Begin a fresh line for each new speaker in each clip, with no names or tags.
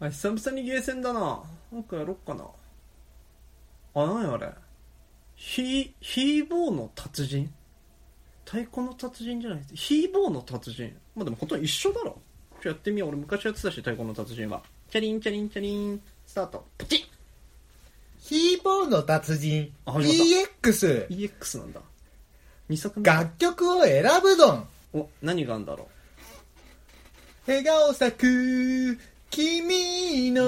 あ久々にゲーセンだななんかやろっかなあ何あれヒーヒーボーの達人太鼓の達人じゃないヒーボーの達人まあでもほとんど一緒だろちょっとやってみよう俺昔やってたし太鼓の達人はチャリンチャリンチャリンスタートプチ
ヒーボーの達人
あ始ッ
EX
EX なんだ2作目
楽曲を選ぶどん
お何があんだろう
笑顔咲く君の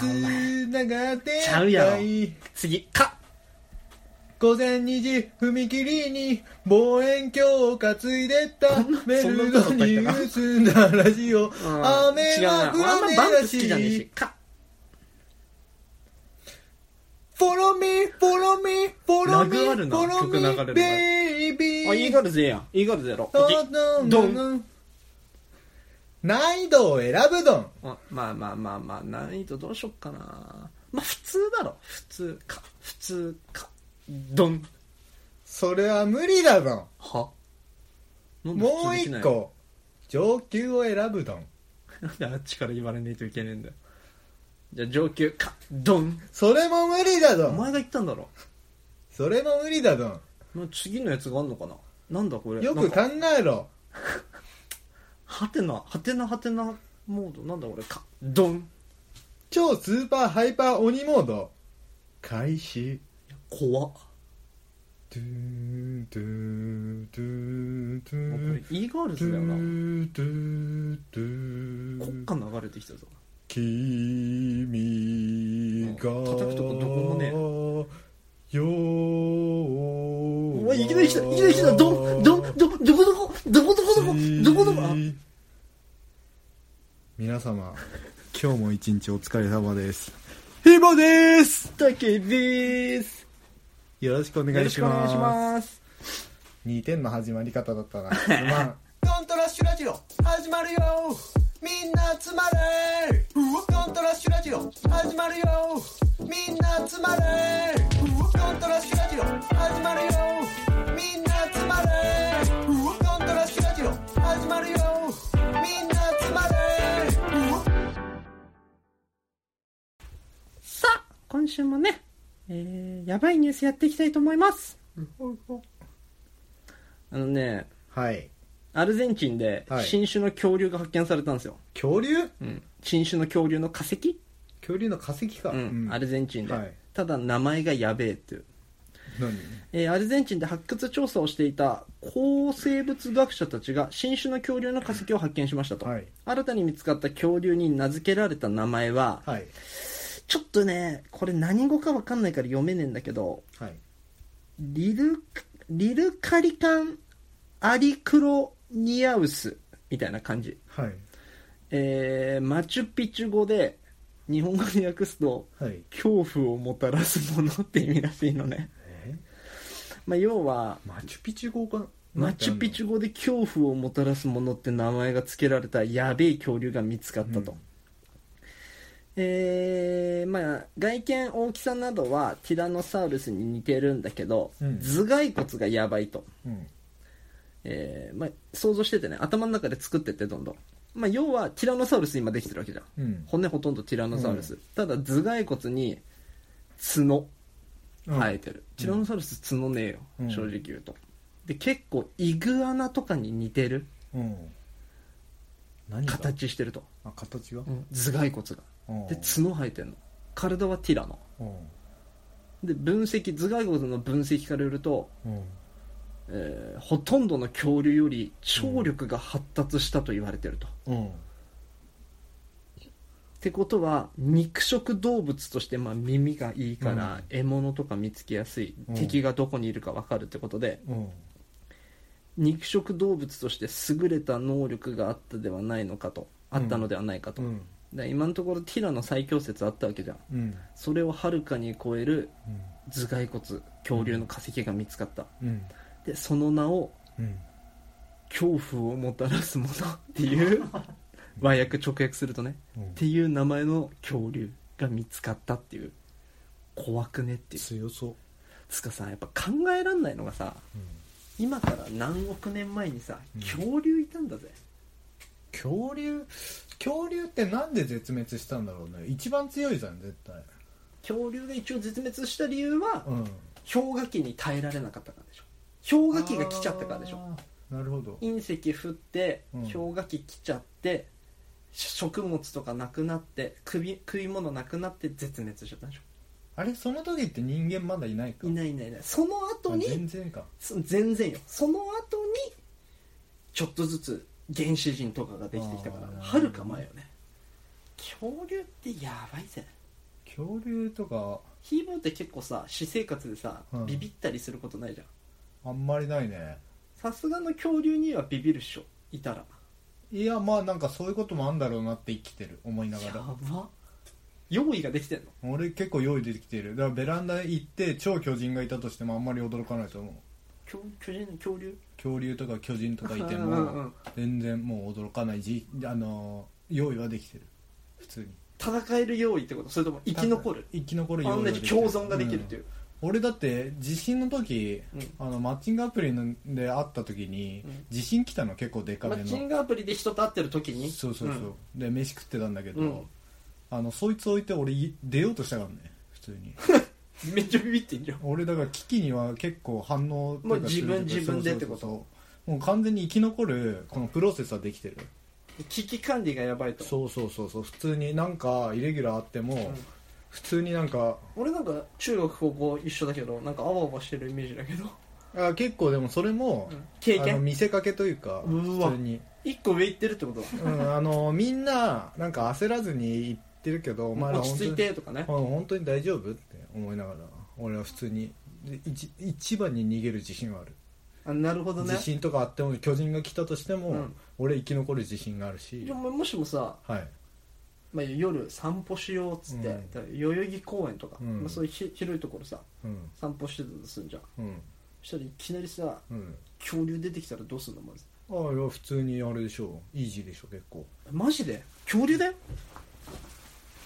つながって
ちゃうやろ次か
午前2時踏切に望遠鏡を担いでったメルドに映んだラジオ
うん
雨
違うな
は降
俺あん
ら
ま
ね
バン
え
ド
ら
好
し
きじゃねえし
い
か
Follow me, follow me,
ラ
follow
グある
me,
な
follow
曲流れる
me,
の
baby
あイーガルズええやんイーガルズやろう
どんどんどんどん難易度を選ぶどん
あまあまあまあまあ難易度どうしよっかなまあ普通だろ普通か普通かドン
それは無理だどん
はなんで
も
普
う
通でき
一
ないの
個上級を選ぶどん
なんであっちから言われねえといけねえんだよじゃあ上級かドン
それも無理だど
お前
ん
が言ったんだろ
それも無理だどん
まあ次のやつがあんのかななんだこれ
よ
なん
く
か
考えろ
はてなはてなはてなモードなんだこれかドン
超スーパーハイパー鬼モード開始
怖っ
トゥートゥートゥート
もうこ
ゥー
れ E ガール
トゥ
ズだよな
ートゥートゥー
国歌流れてきたぞ
君が、
うん叩くとこどこもねえ
よー
お前いきなり来たいきなり来たドンドンドンどこどこどこどこどこどこどこあ
皆様今日も一日お疲れ様ですひぼです
たけです
よろしくお
よろ
願い
し
し
くお願
ま
い
す
します
2点の始まり方だっ たなすまんコントラッシュラジオ始まるよみんな集まれコントラッシュラジオ始まるよみんな集まれコントラッシュラジオ始まるよみんな集まれコントラッシュラジオ始まるよみんな集まれ
さあ今週もね、えー、やばいニュースやっていきたいと思いますあのね
はい
アルゼンチンで
はい
新種の恐竜が発見されたんですよ、
恐竜
うん、新種の恐竜の化石、
恐竜の化石か
うんアルゼンチンで、
はい
ただ名前がやべえっていう、
何
えーアルゼンチンで発掘調査をしていた抗生物学者たちが新種の恐竜の化石を発見しましたと、
はい
新たに見つかった恐竜に名付けられた名前は、
はい
ちょっとねこれ何語か分かんないから読めねえんだけど
はい
リルリルカリカンアリクロニアウスみたいな感じ、
はい
えーマチュピチュ語で日本語で訳すと
はい
恐怖をもたらすものって意味らしいのね、
え
まあ、要は
マチュピチュ語か
マチュピチュ語で恐怖をもたらすものって名前が付けられたやべえ恐竜が見つかったと、
うん
えーまあ、外見大きさなどはティラノサウルスに似てるんだけど、
うん
頭蓋骨がやばいと、
うん
えーまあ、想像しててね頭の中で作ってってどんどん、まあ、要はティラノサウルス今できてるわけじゃん
うん
骨ほとんどティラノサウルス、ただ頭蓋骨に角生えてる、ティラノサウルス角ねえよ、
うん
正直言うとで結構イグアナとかに似てる
うん何が
形してると、
あ形が
頭蓋骨が
うん
で角生えてるの体はティラノ
うん
で分析頭蓋骨の分析からよると、
うん
えーほとんどの恐竜より聴力が発達したと言われてると、
うん
ってことは肉食動物としてまあ耳がいいから獲物とか見つけやすい、
うん
敵がどこにいるか分かるってことで
うん
肉食動物として優れた能力があったではないのかとあったのではないかと、
うん
で今のところティラの最強説あったわけじゃん
うん
それをはるかに超える
うん
頭蓋骨恐竜の化石が見つかった
うん
でその名を
うん
恐怖をもたらすものっていう 和訳直訳するとね
うん
っていう名前の恐竜が見つかったっていう怖くねっていう
強そう
つかさやっぱ考えらんないのがさ今から何億年前にさ
うん
恐竜いたんだぜ、
恐竜恐竜ってなんで絶滅したんだろうね一番強いじゃん絶対
恐竜が一応絶滅した理由は
うん
氷河期に耐えられなかったからでしょ氷河期が来ちゃったからでしょ
あーなるほど
隕石降って
うん
氷河期来ちゃって、食物とかなくなって首食い物なくなって絶滅しちゃったでし
あれその時って人間まだいないか
ょいないいないいないその後
あ
に
全然か
そ全然よその後にちょっとずつ原始人とかができてきたから
あー
はるか前よね恐竜ってやばいぜ
恐竜とか
ヒーボーって結構さ私生活でさ、
うん
ビビったりすることないじゃん
あんまりないね
さすがの恐竜にはビビるっしょいたら
いやまあなんかそういうこともあんだろうなって生きてる思いなが
や
ら
ば用意ができてんの
俺結構用意出てきてるだからベランダ行って超巨人がいたとしてもあんまり驚かないと思う
巨巨人恐竜
恐竜とか巨人とかいて
うんう
も
ん
全然もう驚かないじあの用意はできてる普通に
戦える用意ってことそれとも生き残る
生き残る
あ
用
ん
意
な
は
に
できて
共存ができるっていうう、
ん俺だって地震の時、
うん
あのマッチングアプリので会った時に、
うん
地震来たの結構でか
マ
め
ッチン
の
グアプリで人と会ってる時に
そうそうそう、で飯食ってたんだけど、
うん
あのそいつ置いて俺い出ようとしたからね普通 に
うんめっちゃビビってんじゃん
俺だから危機には結構反応というかする
もう
けど
自分自分で
そうそうそう
ってこと
もう完全に生き残るこのプロセスはできてる
危機管理がやばいと
そうそうそうそう普通になんかイレギュラーあっても、
ん
普通になんか
俺なんか中学高校一緒だけどなんかあわあわしてるイメージだけど
あ結構でもそれも、
うん経
あの
験
見せかけというか
うわ
普通に、
一個上行ってるってことだ
うん、あのみんななんか焦らずに言ってるけどお前ら
落
本
ち
当
着い
に、
てとかね
うん、本当に大丈夫って思いながら俺は普通にで一一番に逃げる自信はある、
あなるほどね
自信とかあっても巨人が来たとしても、
うん
俺生き残る自信があるし
でももしもさ、
はい
まあ、夜散歩しようっつって、
うん
だから代々木公園とか、
うん
まあ、そういうひ広いところさ
うん
散歩してたとすんじゃん
うん
そしたらいきなりさ
うん
恐竜出てきたらどうすんのまず
ああいや普通にあれでしょうイージーでしょ結構
マジで恐竜だよ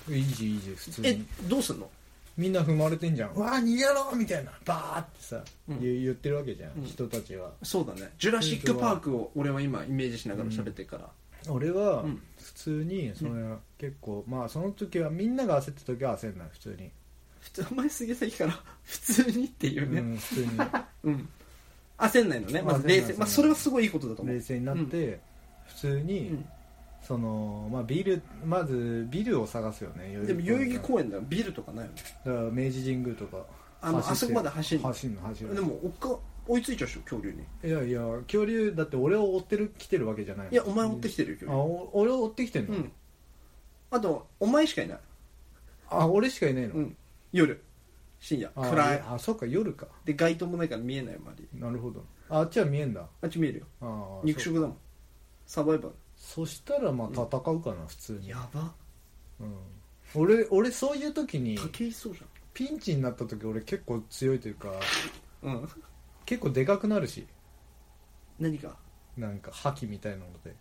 イージーイージー普通
え
に
どうすんの
みんな踏まれてんじゃんうわあ逃げろみたいなバーってさ、
うん
言う言ってるわけじゃん、
うん
人たちは
そうだねジュラシック・パークを俺は今イメージしながら喋ってるから、
俺は
うん
普通にそれは結構、まあその時はみんなが焦った時は焦んない普通に、
普通お前すげえさっきから 普通にっていう
う
ね
ん普通に
うん、焦んないのねまず冷
焦んない
静、
焦ん
ま
な
あ、
い
それはすごいいいことだと思う
冷静になって、普通に、そのまあビルまずビルを探すよね
うん、でも代々木
園
公園だよビルとかないよね
だから明治神宮とか
あの
走って
あそこまで走るの
走るの走るの
でも追っか追いついちゃうでしょ恐竜に
いやいや恐竜だって俺を追ってる来てるわけじゃない
いやお前追ってきてるよ恐
あお俺を追ってきてん
竜
の、
うんあとお前しかいない
あ俺しかいないの、
うん夜深夜
あ
暗い
あそっか夜か
で街灯もないから見えない周り
なるほどああっちは見えんだ
あっち見えるよ
あー
肉
そう
食だもんサバイバル
そしたらまあ戦うかな、普通に
やば
うん、俺俺そういう時に
竹いそうじ
ピンチになった時俺結構強いというか
ゃんうん
結構でかくなるし
何か
なんか覇気みたいなので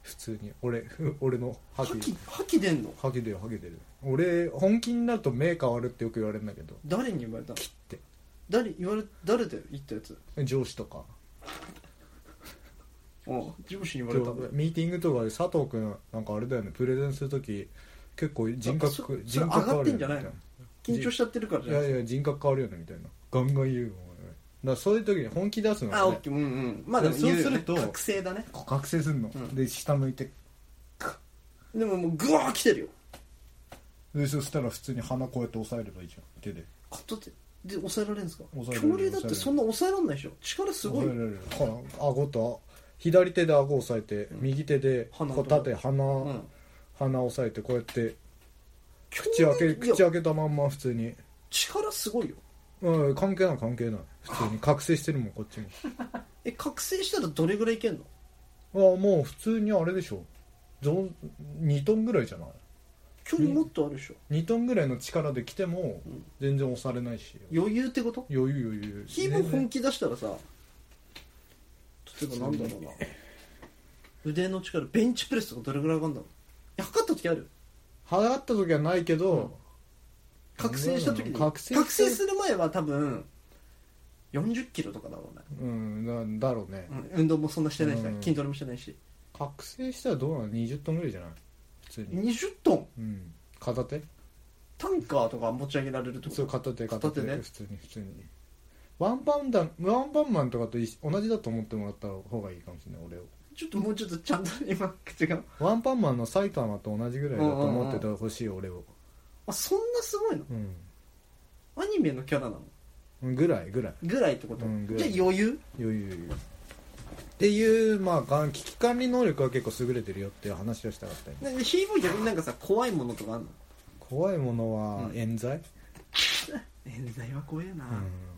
普通に俺 ふ俺の
覇
覇
気
気
覇気出んの
覇気出る覇気出る俺本気になると目変わるってよく言われるんだけど
誰に言われたの
切って
誰言われ誰だよ言ったやつ
上司とか
うん上司に言われたんだ
ミーティングとかで佐藤君なんかあれだよねプレゼンする時結構人
なんかそそれ
格人格変
上が
わるよね
ってんじゃないの
みたいな
緊張しちゃってるからじ
い
ゃな
や
い
いや人格変わるよねみたいなガンガン言うよ俺だからそういう時に本気出すの
あ
よ
オ
ね
ッケーうんうんまあでも言うよね
そうすると
覚醒だね
こう覚醒するの、
うん
で下向いて
でももうグワー来てるよ
でそしたら普通に鼻こうやって押さえればいいじゃん手で
片手で抑えられるんですか
抑えられる
恐竜だってそんな抑えられないでしょ力すごい
押さえられるこの顎と左手で顎押さえて、右手で
鼻
こう縦鼻、
うん
鼻押さえてこうやって口開け
いや
口開けたまんま普通に
力すごいよ
うん関係ない関係ない普通に覚醒してるもんこっちも
え覚醒したらどれぐらいいけんの
あもう普通にあれでしょ2トンぐらいじゃない
距離もっとあるでしょ
2トンぐらいの力で来ても
ん
全然押されないし
余裕ってこと
余裕余裕
ヒーボー本気出したらさ例えばなんだろうな腕の力ベンチプレスとかどれぐらい上がるんだろうえ測った時ある
払った時はないけど、
覚醒した時に
覚醒
覚醒する前は多分4 0キロとかだろうね
うんなんだろうね、
うん運動もそんなしてないしね
うん
筋トレもしてないし
覚醒したらどうなの20トンぐらいじゃない通に、
20トン
うん、片手
タンカーとか持ち上げられるってこ
そう
と
片手
片
片
手
手
ね
普通に普通にワンパンダンワンパンマンとかと一緒同じだと思ってもらった方がいいかもしれない俺を
ちょっともうちょっとちゃんと今口が
ワンパンマンの埼玉と同じぐらいだと思っててほしい俺を
あそんなすごいの
う
アニメのキャラなの
んぐらいぐらい
ぐらいってこと、
うんぐ
じ
ら
ゃ
い
あ余裕
余裕余裕っていうまあがん危機管理能力は結構優れてるよっていう話をしたかったよね
なんかヒーボー逆になんかさ怖いものとかあんの
怖いものは
うん
冤罪、
冤罪は怖えな、
うん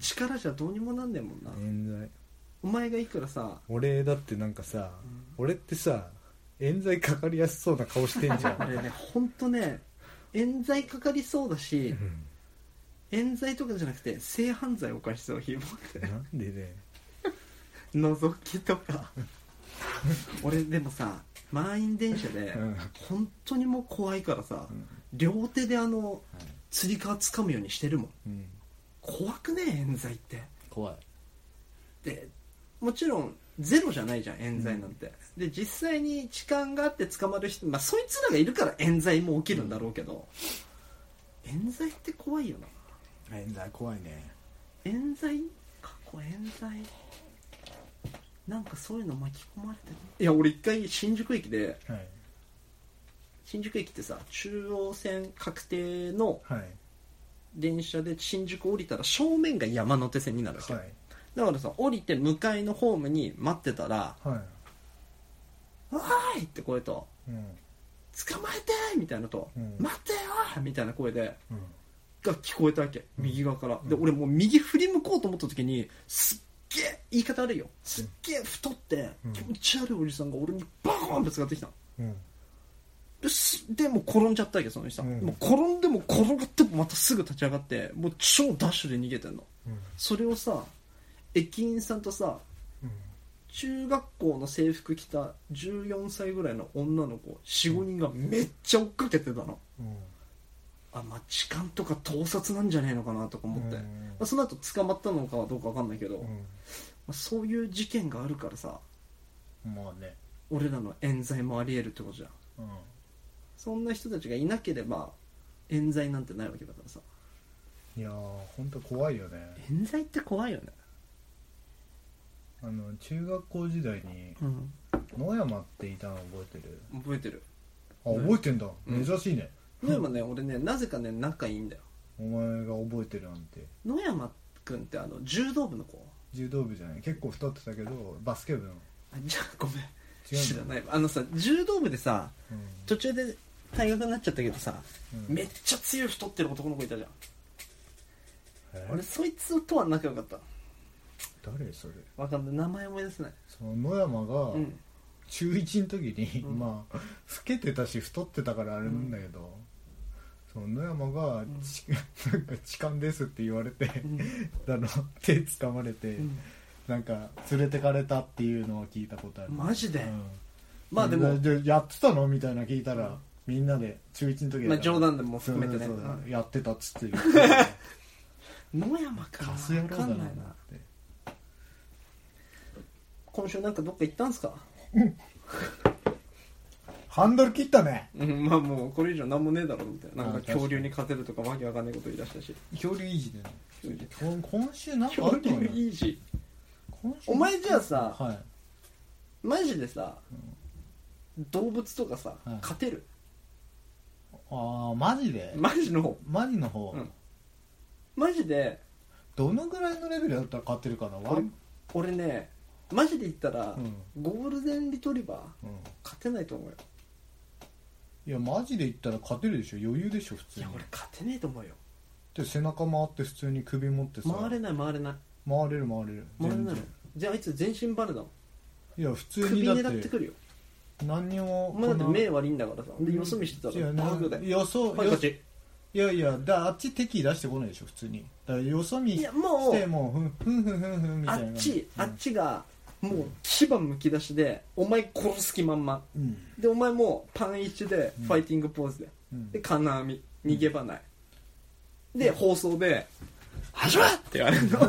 力じゃどうにもなんねえもんな、
冤罪
お前がいくらさ
俺だってなんかさ、
うん
俺ってさ冤罪かかりやすそうな顔してんじゃ
あ
ん、
れねほんとね冤罪かかりそうだ
う
し
ん
冤罪とかじゃなくて性犯罪を犯しそうヒーボーって
なんでね
覗きと か俺でもさ満員電車で
うん
本当にもう怖いからさ、
うん
両手であの
はい
つり革掴むようにしてるもん
うん、
怖くねえ冤罪って
怖い
でもちろんゼロじゃないじゃん冤罪なんて、で実際に痴漢があって捕まる人、まあ、そいつらがいるから冤罪も起きるんだろうけど、冤罪って怖いよな
冤罪怖いね
冤罪過去冤罪なんかそういうの巻き込まれてるいや俺一回新宿駅で
はい
新宿駅ってさ中央線確定の
はい
電車で新宿降りたら正面が山手線になるわけ、
はい
だからさ降りて向かいのホームに待ってたら
は
「おーい!」って声と
いうん
「捕まえて!」みたいなのと「
うん
待ってよ!」みたいな声で
うん
が聞こえたわけ右側から、
ん
で俺もう右振り向こうと思った時にすっげえ言い方悪いよすっげえ太って、
うん
気持ち悪いおじさんが俺にバーンぶつかってきたの
うん
ですでもう転んじゃったわけその人、
うん
もう転んでも転がってもまたすぐ立ち上がってもう超ダッシュで逃げてんの
うん
それをさ駅員さんとさ
う
中学校の制服着た14歳ぐらいの女の子45人がめっちゃ追っかけてたの
ん
あまあ痴漢とか盗撮なんじゃねえのかなとか思って、
うん
まあ、その後捕まったのかはどうかわかんないけど、
う
ま
ん
あ、そういう事件があるからさ
うんまあね
俺らの冤罪もありえるってことじゃん
うん
そんな人たちがいなければ冤罪なんてないわけだからさ
いやー本当怖いよね
冤罪って怖いよね
あの中学校時代に
うん
野山っていたの覚えてる
覚えてる
あ覚えてんだ、
うん
珍しいね
野山ね俺ねなぜかね仲いいんだよ
お前が覚えてるなんて
野山くんってあの柔道部の子
柔道部じゃない結構太ってたけどバスケ部の
あじゃあごめん
違うんだ
知らないあのさ柔道部でさ
うん
途中で退学になっちゃったけどさ、
うん
めっちゃ強い太ってる男の子いたじゃん
え
俺そいつとは仲良かった
誰それ
わかんない名前思い出せない
その野山が、
うん
中1の時に、
うん
まあ老けてたし太ってたからあれなんだけど、その野山が、
ん
ち なんか痴漢ですって言われて、
ん
あの手掴まれて、
うん
なんか連れてかれたっていうのを聞いたことある
マジで
うん
まあでも
でやってたのみたいな聞いたら、
うん
みんなで中1の時だから
まあ冗談でも含めてね
そうそうそう
うん
やってたっ つって言ってた
野山か
カス野
わ
郎だ
か
なん
ない
っ
な
て
今週なんかどっか行ったんすか
ハンドル切ったね
うんまあもうこれ以上なんもねえだろみたいななんか
あ確かに
恐竜に勝てるとかわけわかんないこと言い出したし
恐竜いい時ね今今週なんかあ
恐
ったの
竜いいし
今週
お前じゃあさ
はい
マジでさ、動物とかさ、
うん
勝てる
ああマジで、
マジの方
マジの方、
うんマジで
どのぐらいのレベルだったら勝ってるかなワン
俺ねマジで言ったら、
うん
ゴールデンリトリバー
うん
勝てないと思うよ
いやマジで言ったら勝てるでしょ余裕でしょ普
い
通に
や俺勝てねえと思うよ
で背中回って普通に首持ってさ
回れない回れない
回れる回れる
回れ
全
ない
然
じゃああいつ全身バレだもん
いや普通
首
にだっ
狙って
て
くるよ
何にも
お前だって
こんな
目悪いんだからさでよそ見してた
違
ら
うな
バグだよ
よそ、
はい
よ
勝ち
いやいやだあっち敵出してこないでしょ普通にだからよそ見
い
し
やも
て
う
もうふんふんふんふんふんみた
あ
いな
っちあっ
ち
ちがもう牙むき出しでお前殺す気満々
うん、
でお前もうパン一でファイティングポーズで、
うん
で金網逃げ場ない、で放送で「始まっ!」って言われるの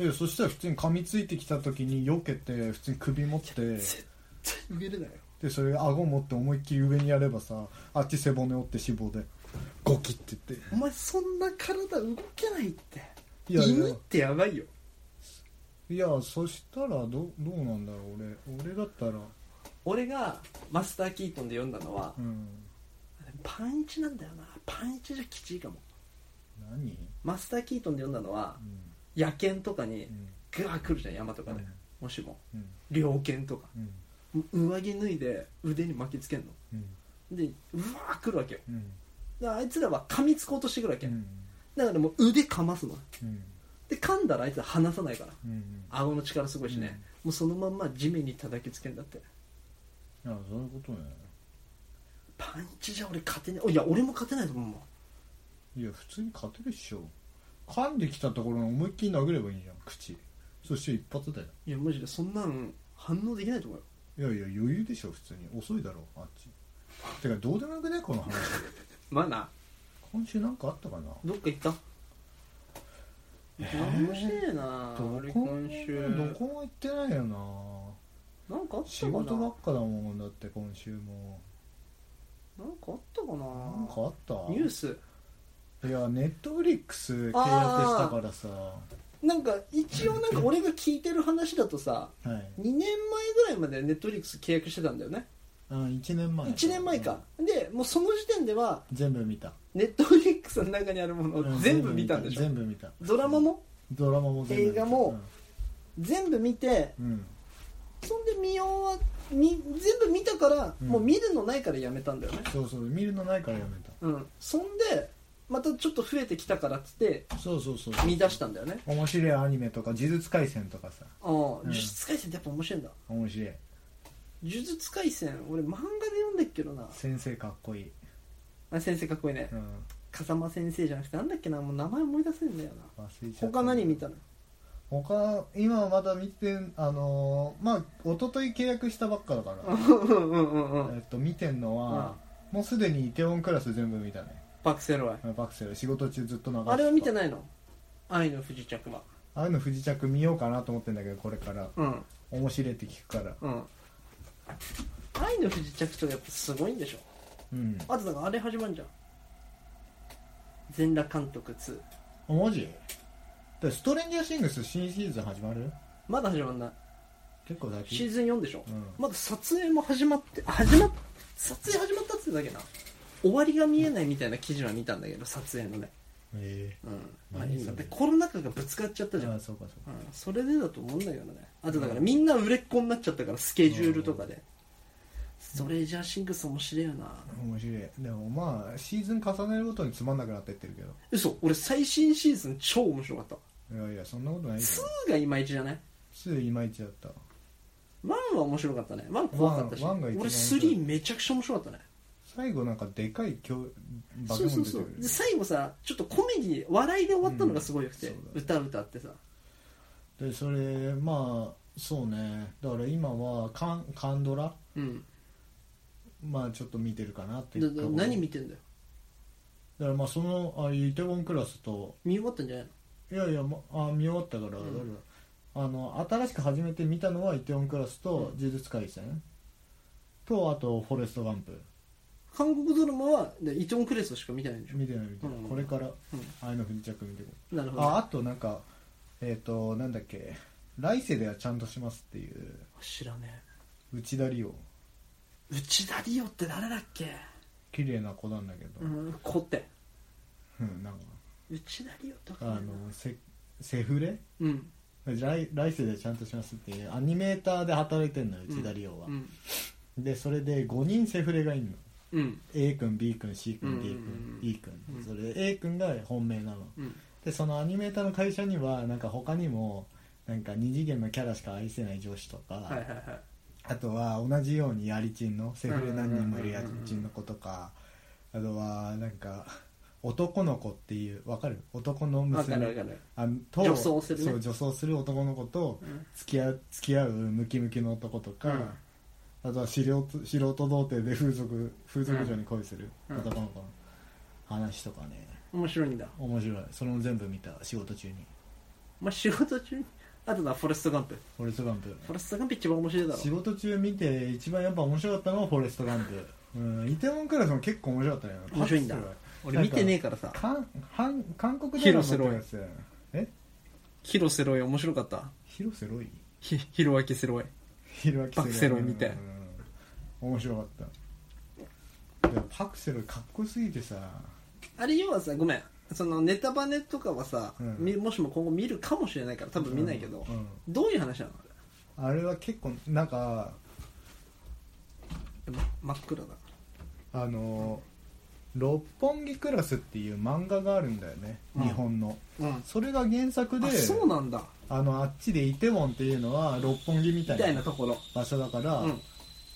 いやそしたら普通に噛みついてきた時に避けて普通に首持って
絶対逃げれないよ
でそれ顎持って思いっきり上にやればさあっち背骨折って脂肪でゴキって言って
お前そんな体動けないって
いやい
犬
や
ってやばいよ
いやそしたらどどうなんだろう俺俺だったら
俺がマスター・キートンで読んだのは
うん
パンイチなんだよなパンイチじゃきちいかも
何、
マスター・キートンで読んだのは
うん
野犬とかに
うん
グワー来るじゃん山とかで、
うん
もしも
うん
猟犬とか
うん
う上着脱いで腕に巻きつけんの
うん
でうわー来るわけよ
うん
だからあいつらは噛みつこうとしてくるわけ、
うん
だからもう腕かますの
うん
で噛んだらあいつは離さないから
うん
顎の力すごいしね、もうそのまんま地面に叩きつけんだって
いやそういうことね
パンチじゃ俺勝てないいや俺も勝てないと思うもん
いや普通に勝てるっしょ噛んできたところに思いっきり殴ればいいじゃん口そして一発だよ
いやマジでそんなん反応できないと思うよ
いやいや余裕でしょ普通に遅いだろあっちてかどうでもよくねこの話
まあな
今週なんかあったかな
どっか行った何もしてねえな
どこ
俺
も
今週
どこも行ってないよな
なんかあった
仕
かな
事ばっかだもんだって今週も
なんかあったかな
なんかあった
ニュース
いやネットフリックス契約したからさは
なんか一応なんか俺が聞いてる話だとさ
い
2年前ぐらいまでネットフリックス契約してたんだよね
あ1年前
1年前かでもうその時点では
全部見た
ネットフリックスの中にあるものを全部見たんでしょ
全部見た
ドラマも
ドラマも全部見
映
た
画も全部見て
うん、うん
そんで見終わみ全部見たから、
うん
もう見るのないからやめたんだよね
そうそう見るのないからやめた
うんそんでまたちょっと増えてきたからっつって
そうそうそう
見出したんだよね
面白いアニメとか「呪術廻戦」とか
あ
さ
あ呪
ん
術廻戦ってやっぱ面白いんだ
面白い
呪術廻戦俺漫画で読んでっけどな
先生かっこいい、
あ先生かっこいいね
うん、
風間先生じゃなくてなんだっけなもう名前思い出せんだよな
忘れちゃった
他何見たの
他今はまだ見てんあのーまあ一昨日契約したばっかだから、
うんうんうんうん
えっと、見てんのは、もうすでにイテウォンクラス全部見たね
パクセロイ
バクセル仕事中ずっと流してた
あれは見て
い
ないの愛の不時着は
ああいうの不時着見ようかなと思ってんだけどこれから
うん
面白いって聞くから
うん愛の不時着とかやっぱすごいんでしょ
うん
あとなんかあれ始まるじゃん全裸監督2
あマジでストレンジャーシングス新シーズン始まる
まだ始まんない
結構先
シーズン4でしょ、
うん
まだ撮影も始まって始まっ撮影始まったっつってだけな終わりが見えないみたいな記事は見たんだけど撮影のね
え
うん、まあ、
何それ
だってコロナ禍がぶつかっちゃっ
え
たじゃん、
あ
うん、
そうかそうか
それでだと思うんだけどねあとだからみんな売れっ子になっちゃったからスケジュールとかでそれじゃあシングス面白いよな
面白いでもまあシーズン重ねるごとにつまんなくなってってるけど
嘘俺最新シーズン超面白かった
いやいやそんなことないよ
2がいまいちじゃない
2いまいちだった
1は面白かったね1怖かったし
ワ
俺
ンワンが一番面白い
3めちゃくちゃ面白かったね
最後なんかでかい強化
そう
け
そ
物
う
出て
そ
く
うで
る
最後さちょっとコメディ笑いで終わったのがすごいよくて、
うんそうだね
歌歌ってさ
でそれまあそうねだから今はカンカンドラ
うん
まあちょっと見てるかなってい
だ
う
だ
ところ
何見てんだよ
だからまあそのああいうイテウォンクラスと
見終わったんじゃないの
いやいや、ま、あ見終わったから、
うん
だからあの新しく始めて見たのは「イテウォンクラス」と
うん
「呪術廻戦」とあと「フォレスト・ガンプ
韓国ドラマはでイチョン・クレストしか見てないんでし」ょ、
見てない見てない、
うん
これから
う
「愛の不時着」見てこ
ん、なる
う、
ほど
ああとなんかえっ、となんだっけ「来世ではちゃんとします」っていう
知らね
内田理央
え内田理央って誰だっけ
綺麗な子なんだけど、
うん子って
うんなんか
内田理央とか
あのセセフレ
うん
来来世ではちゃんとしますっていうアニメーターで働いてんのよ内田理央は、
うん
でそれで5人セフレがいるの
うん、
A 君 B 君 C 君 D
うん
君 E 君
うん
それで A 君が本命なの
うん、
でそのアニメーターの会社にはなんか他にもなんか二次元のキャラしか愛せない上司とか、
はいはいはい
あとは同じようにやりちんのセフレ何人もいるやりちんの子とかあとはなんか男の子っていうわかる男の
わかる
娘
わかる
あのと
女装するね
そう女装する男の子と
うん
付き合う付き合うムキムキの男とか、あとは素人素人童貞で風俗風俗嬢に恋する
うん
男の子の話とかね
面白いんだ
面白いそれも全部見た仕事中に
まあ仕事中にあとなフォレストガンプ
フォレストガンプ
フォレストガンプ一番面白いだろ
仕事中見て一番やっぱ面白かったのはフォレストガンプうんイテウォンクラスも結構面白かったね
面白いんだ俺見てねえからさ
韓韓韓国ドラマ
広瀬ロイ
のやつえ
広瀬ロイ面白かった
広瀬ロイ
ひひろあきセロイ
広明
パクセロイ見て
うん面白かったいやパクセロイかっこよすぎてさ
あれ要はさごめんそのネタバネとかはさ、
うん
みもしも今後見るかもしれないから多分見ないけど、
うんうん
どういう話なのあ
あれは結構なんか
れやっぱ真っ暗だ
あの六本木クラス」っていう漫画があるんだよね、
うん
日本の
うん
それが原作で
あそうなんだ
あのあっちでイテウォンっていうのは六本木みた
みたい
い
な
な
ところ
場所だから、
うん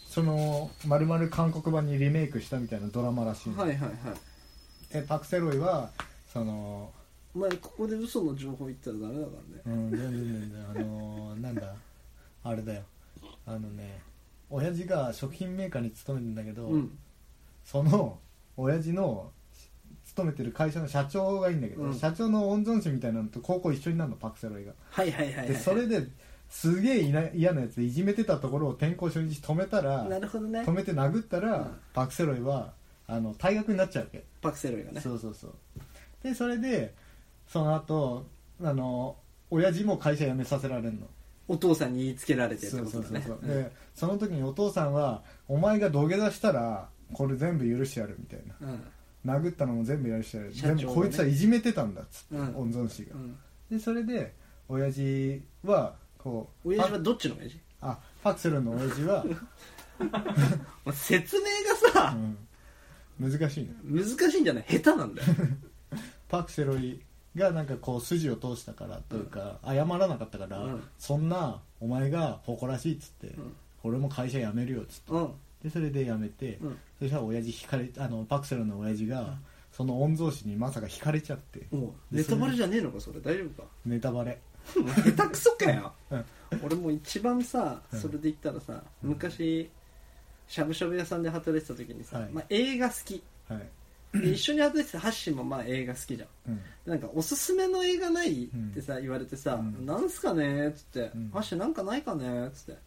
その丸々韓国版にリメイクしたみたいなドラマらしいの、
はいはいはい
えパク・セロイはその、
お前ここで嘘の情報言ったらダメだからね
うん、全然全然あのなんだあれだよあのね親父が食品メーカーに勤めてんだけど、
うん
その親父の勤めてる会社の社長がいいんだけど、
うん
社長の温存師みたいなのと高校一緒になるのパクセロイが、
はいはいはい、はい、
でそれですげえいな嫌なやつでいじめてたところを転校初日止めたら
なるほどね
止めて殴ったら、
うん
パクセロイはあの退学になっちゃうわけ、
パクセロイがね
そうそうそうでそれでその後あの親父も会社辞めさせられるの
お父さんに言いつけられてって
そう
こと
そう
だね
そうそう
うん
でその時にお父さんは「お前が土下座したらこれ全部許してやる」みたいな
うん
殴ったのも全部やるしてやる、
社長がね
全部こいつはいじめてたんだっつって、
うん
温存師が、
うん
でそれで親父はこう
親父は
パ
どっちの親父
あパクセルの親 父は、
まあ説明がさ、
うん難しいね
難しいんじゃない下手なんだよ
パクセロイがなんかこう筋を通したからというか、謝らなかったから、
うん
そんなお前が誇らしいっつって、
ん
俺も会社辞めるよっつって
うん
でそれで辞めて、
うん
そしたら親父引かれあのパクセルの親父が、その御曹司にまさか引かれちゃって
もうネタバレじゃねえのかそれ大丈夫か
ネタバレ
下手くそかよ
うん
俺もう一番さ
うん
それで言ったらさ、昔しゃぶしゃぶ屋さんで働いてた時にさ、
はい
まあ、映画好き
はい、
で 一緒に働いてたハッシーもまあ映画好きじゃん
うん
なんかおすすめの映画ないってさ、言われてさ「
うん
なんすかね?」っつって
うん
「ハッシュなんかないかね?」っつって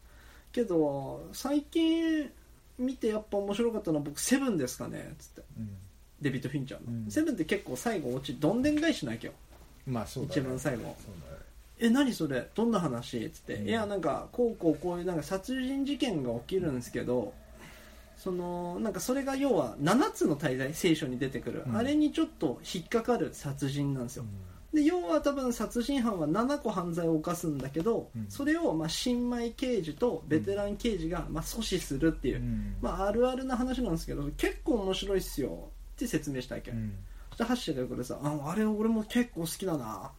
けど最近見てやっぱ面白かったのは僕「セブンですかね?」っつって
うん
デビッド・フィンチャーの、
うん
セブンって結構最後落ちどんでん返しなきゃ
まあそうだ、ね、
一番最後
そうだね
え何それどんな話っつって、
うん
いやなんかこうこうこういうなんか殺人事件が起きるんですけどそのなんかそれが要は7つの大罪聖書に出てくる、
うん
あれにちょっと引っかかる殺人なんですよ、で要は多分殺人犯は7個犯罪を犯すんだけど、
うん
それをまあ新米刑事とベテラン刑事がまあ阻止するっていうう、
ん
まあ、あるあるな話なんですけど結構面白いっすよって説明したわけ、
うん
でハッシュが横でさ「ああれ俺も結構好きだな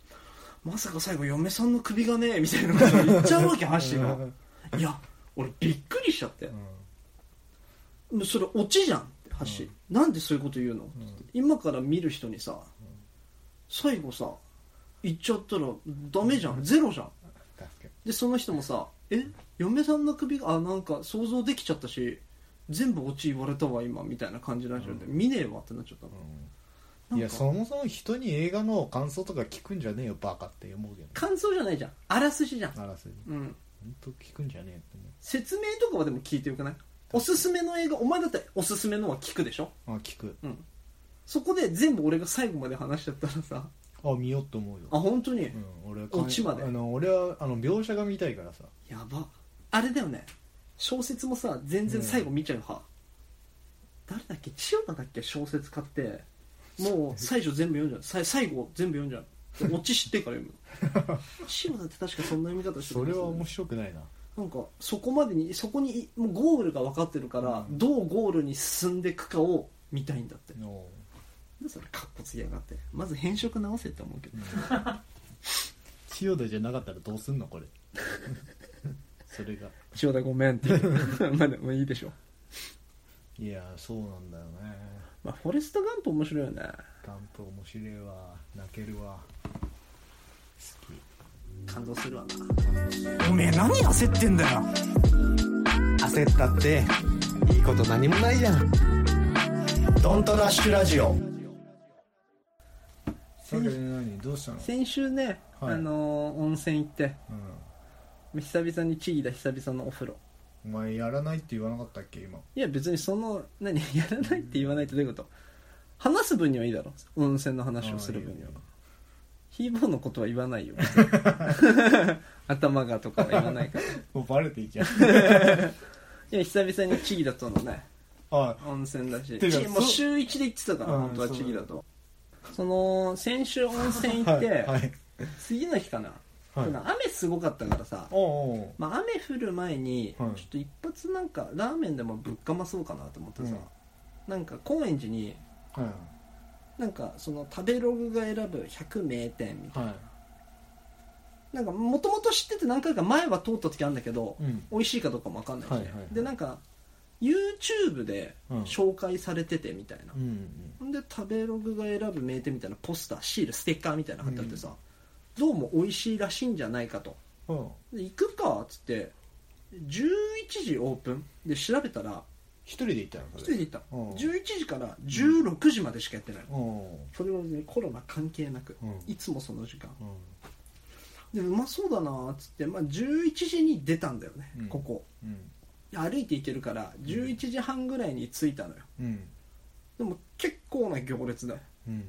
まさか最後嫁さんの首がね」みたいなことを言っちゃうわけハッシ
う
ュ
ん
がいや俺びっくりしちゃって
うん
でそれオチじゃんってハッシュ、なんでそういうこと言うの、今から見る人にさ最後さ言っちゃったらダメじゃんゼロじゃん
確かに
でその人もさ「え嫁さんの首があなんか想像できちゃったし全部オチ言われたわ今」みたいな感じになっちゃって、見ねえわってなっちゃったの
い
な
や
んか
そもそも人に映画の感想とか聞くんじゃねえよバカって思うけど
感想じゃないじゃんあらすじじゃん、
あらすじ
うん、
本当聞くんじゃねえよって
説明とかはでも聞いてよくないおすすめの映画お前だっておすすめのは聞くでしょ、
思うあ聞く
うん、そこで全部俺が最後まで話しちゃったらさ
あ見ようと思うよ
あ本当に
うん、俺は
オチまで
あの俺はあの描写が見たいからさ
やばあれだよね小説もさ全然最後見ちゃう派、誰だっけ千代田だっけ小説買ってもう最初全部読んじゃうさ最後全部読んじゃうオチ知ってから読む の千代田って確かそんな読み方してた
それは面
い
白くないな
なんかそこまでにそこにいもうゴールが分かってるから、
うん
どうゴールに進んでいくかを見たいんだって
の、
なんでそれカッコつけやがってまず変色直せって思うけど
うん、千代田じゃなかったらどうすんの これそれが
千代田ごめんって まあでもいいでしょ
いやそうなんだよね
まあフォレストガンプ面白いよね
ガンプ面白いわ泣けるわ好き
感動するわな
おめえ何焦ってんだよ
焦ったっていいこと何もないじゃん
ドントラッシュラジオ
それ何どうしたの
先週ねあ
はい
のー温泉行って
うん
久々にチーだ久々のお風呂
お前やらないって言わなかったっけ今
いや別にその何 やらないって言わないってどういうこと話す分にはいいだろ温泉の話をする分には
ああいいよ
ヒーボーのことは言わないよ 頭がとかは言わないからい
もうバレていきゃ
や久々にチーだとのね
は
温泉だして
か
チーもう
そう
週1で行ってたから
うん
本当は
そう
チーだとその先週温泉
い
行っ
は
て、
いはい
次の日かな、
はい
雨すごかったからさ
おうおう
まあ、雨降る前に、
はい
ちょっと一発なんかラーメンでもぶっかまそうかなと思ってさ、
うん
なんか高円寺に
はい
なんかその食べログが選ぶ100名店みたい
は
ななんかもともと知ってて何回か前は通った時あるんだけど、
いうん
美味しいかどうかも分かんないし、ね
はいはい
でなんか YouTube で
うん
紹介されててみたいな
う、ん
ほんで食べログが選ぶ名店みたいなポスターシールステッカーみたいなの貼ってあってさ、どうも美味しいらしいんじゃないかと
うんうん
で行くかっつって11時オープンで調べたら
一人で行ったの
一
そ
人
れ
で行った
うん
11時から16時までしかやってないの
おう
それは別にコロナ関係なく
うん
いつもその時間
おう
でうまそうだなっつって、まあ、11時に出たんだよね、
うん
ここ
うん
歩いて行けるから11時半ぐらいに着いたのよ
うん
でも結構な行列だよ
うん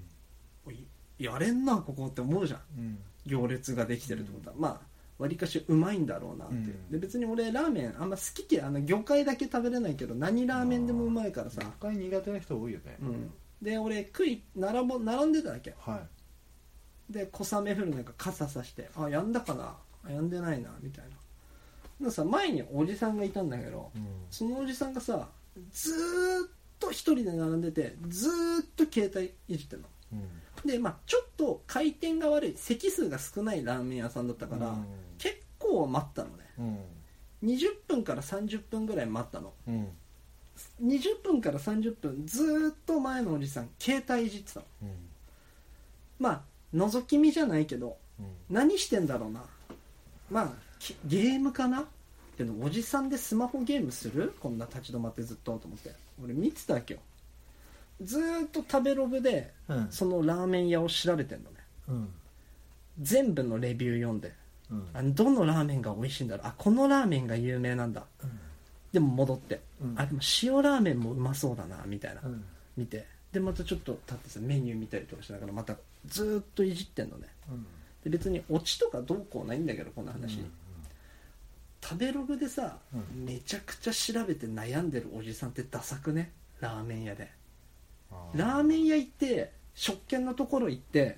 おいやれんなここって思うじゃん
うん
行列ができてるってことは、まあわりかしうまいんだろうなっていう、
うん
で別に俺ラーメンあんま好き嫌いあの魚介だけ食べれないけど何ラーメンでもうまいからさ、
魚介苦手な人多いよね
うん、で俺食い並ぼ並んでたわけ
は
で小雨降る中傘さしてあやんだかなあやんでないなみたいなでさ前におじさんがいたんだけど
いうん
そのおじさんがさずーっと一人で並んでてずーっと携帯いじってんの
うん
でまあちょっと回転が悪い席数が少ないラーメン屋さんだったから、
うん
結構待ったのね
うん
20分から30分ぐらい待ったの
うん
20分から30分ずーっと前のおじさん携帯いじってたの
うん
まあ覗き見じゃないけど
うん
何してんだろうなまあきゲームかなけどおじさんでスマホゲームするこんな立ち止まってずっとと思って俺見てたわけよずーっと食べログで
うん
そのラーメン屋を調べてんのね
うん
全部のレビュー読んで
うん
あどのラーメンが美味しいんだろうあこのラーメンが有名なんだでも戻って、
うん
あでも塩ラーメンもうまそうだなみたいな、
うん
見てでまたちょっと立ってさメニュー見たりとかしながらまたずーっといじってんのね
うん
で別にオチとかどうこうないんだけどこの話、
うん
食べログでさ、
うん
めちゃくちゃ調べて悩んでるおじさんってダサくねラーメン屋で
あ
ラーメン屋行って食券のところ行って、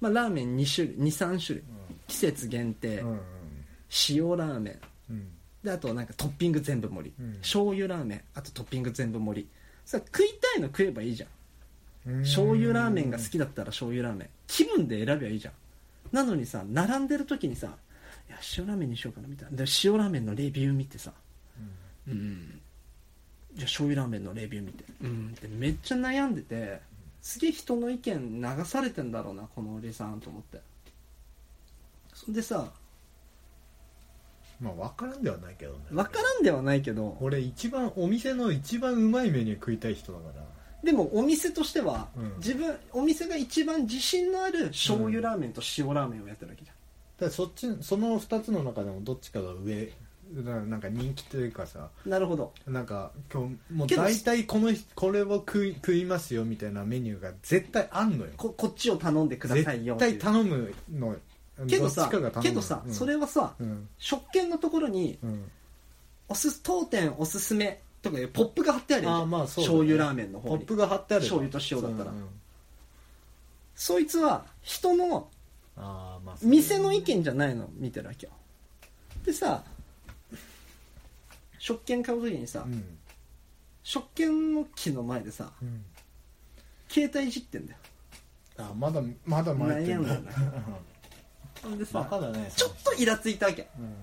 まあ、ラーメン2種類23種類季節限定、
うんうん
塩ラーメン
うん
であとなんかトッピング全部盛り、
うん
醤油ラーメンあとトッピング全部盛りさ食いたいの食えばいいじゃん
うん
醤油ラーメンが好きだったら醤油ラーメン気分で選べばいいじゃんなのにさ並んでる時にさ「いや塩ラーメンにしようかな」みたいなで塩ラーメンのレビュー見てさ
うん
うんじゃあ醤油ラーメンのレビュー見てうんってめっちゃ悩んでてすげえ人の意見流されてんだろうなこのおじさんと思ってそんでさ
まあ分からんではないけどね
分からんではないけど
俺一番お店の一番うまいメニュー食いたい人だから
でもお店としては、
うん
自分お店が一番自信のある醤油ラーメンと塩ラーメンをやってるわけじゃん、
ただそっちその2つの中でもどっちかが上ななんか人気というかさ
なるほど
なんか今日もう
けど
大体この日これを食い食いますよみたいなメニューが絶対あんのよ
ここっちを頼んでくださいよ
絶
ってい
対
う
頼むのよ
けどさ
っちかが頼むの
けどさ、
うん
それはさ
うん
食券のところに
うん
おす当店おすすめとかいうポップが貼ってあるじゃん
あーまあそうだね
醤油ラーメンの
ポ
方
ッ
に
プが貼ってある
醤油と塩だったら
うんうん
そいつは人の
あーまあそう
店の意見じゃないの見てるわけよでさ食券買う時にさ、
うん
食券の機の前でさ
うん
携帯いじってんだよ
あーまだまだ迷って
悩ん
る
だんだ よほんで
バカ
さ
だね
ちょっとイラついたわけ
うん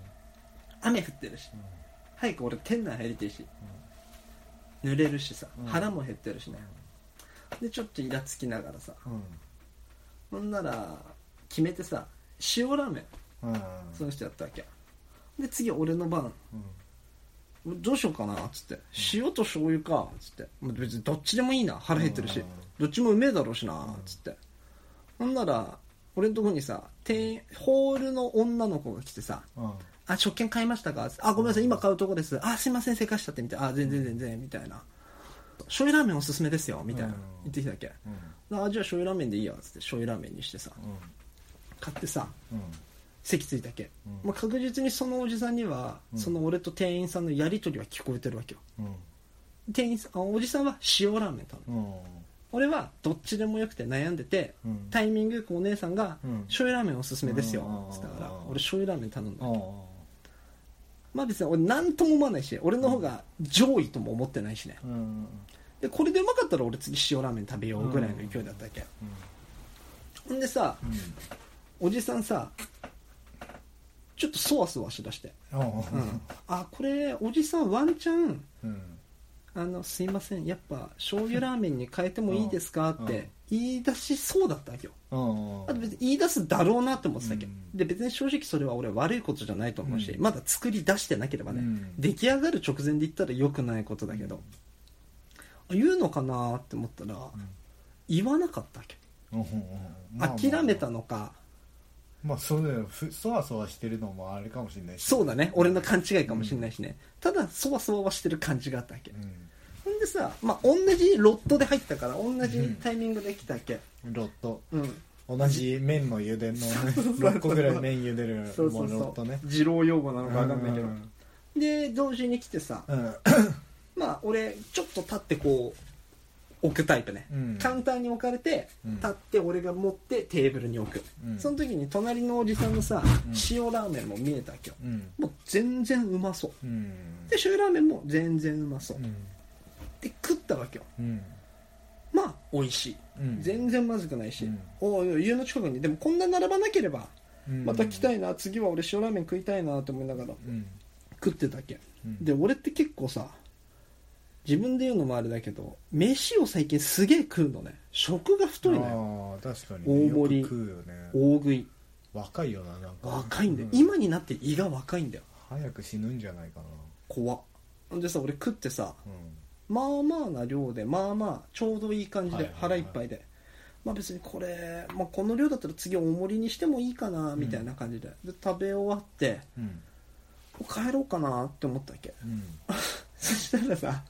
雨降ってるし、早く俺店内入りてるし、濡れるしさ、
うん
腹も減ってるしねでちょっとイラつきながらさ
う
ほんなら決めてさ塩ラーメン
んうん
その人やったわけで次俺の番
うん
どうしようかなっつって塩と醤油かっつってもう別にどっちでもいいな腹減ってるし
うん
どっちもうめえだろうしなっつってほんなら俺のとこにさ店ホールの女の子が来てさ
うん
「あ食券買いましたか?」あごめんなさい今買うとこです」あ「すいませんせかしちゃって」みたいな「あ全然全然」みたいな「醤油ラーメンおすすめですよ」みたいな
うん
言ってきたっけ
うん
あじゃあ醤油ラーメンでいいやつって醤油ラーメンにしてさ買ってさ
うん
席ついたっけ、
うん
まあ、確実にそのおじさんには、
うん
その俺と店員さんのやり取りは聞こえてるわけよ
うん
店員さんあおじさんは塩ラーメン頼む
うん
俺はどっちでもよくて悩んでて、
うん
タイミングよくお姉さんが
うん
「醤油ラーメンおすすめですよ
うんうんうん」
つったから
うん
俺醤油ラーメン頼んだ
うん
まあ別に俺何とも思わないし俺の方が上位とも思ってないしね
うんうん
でこれでうまかったら俺次塩ラーメン食べようぐらいの勢いだったわけほんでさおじさんさちょっとそわそわしだして、
うん
うん、あこれおじさんワンチャン
うん
あのすいませんやっぱ醤油ラーメンに変えてもいいですか
うん
って言い出しそうだったわけよ
うん
あと別に言い出すだろうなって思ってたっけ、
うん
で別に正直それは俺悪いことじゃないと思うし、
うん
まだ作り出してなければね、
うん
出来上がる直前で言ったら良くないことだけど、あ言うのかなって思ったら、言わなかったわけ、
うんうんうん
諦めたのか
まあそうだよふそわそわしてるのもあれかもしれないし
そうだね俺の勘違いかもしれないしね、ただそわそわはしてる感じがあったわけ、
う
ほんでさ、まあ、同じロットで入ったから同じタイミングで来たわけ、
んロット
うん、
同じ麺の茹での6個ぐらい麺茹でる
そう
も
そうう
ロッ
そ
ト
う、
ね
二郎用語なのか分かんないけど、
うん
で同時に来てさ、
うん
まあ俺ちょっと立ってこう置くタイプね、
うん
カウンターに置かれて
うん
立って俺が持ってテーブルに置く、
うん
その時に隣のおじさんのさ、
うん
塩ラーメンも見えたわけよ
うん
もう全然うまそう
うん
で塩ラーメンも全然うまそう、
うん
で食ったわけよ
うん
まあ美味しい、
うん
全然まずくないし、
うん
おいおい家の近くにでもこんな並ばなければ
うん
また来たいな、次は俺塩ラーメン食いたいなと思いながら
うん
食ってたわけ、
うん
で俺って結構さ自分で言うのもあれだけど飯を最近すげえ食うのね食が太いのよ
ああ確かにね
大盛り
よく食うよね
大食い
若いよななんか
若いんだよ、
う
今になって胃が若いんだよ
早く死ぬんじゃないかな
怖っほんでさ俺食ってさ
うん
まあまあな量でまあまあちょうどいい感じ
はい
で
はいはい
腹いっぱいで、まあ別にこれ、まあ、この量だったら次大盛りにしてもいいかなみたいな感じで,、で食べ終わって
うん
帰ろうかなって思ったわけ
うん
そしたらさ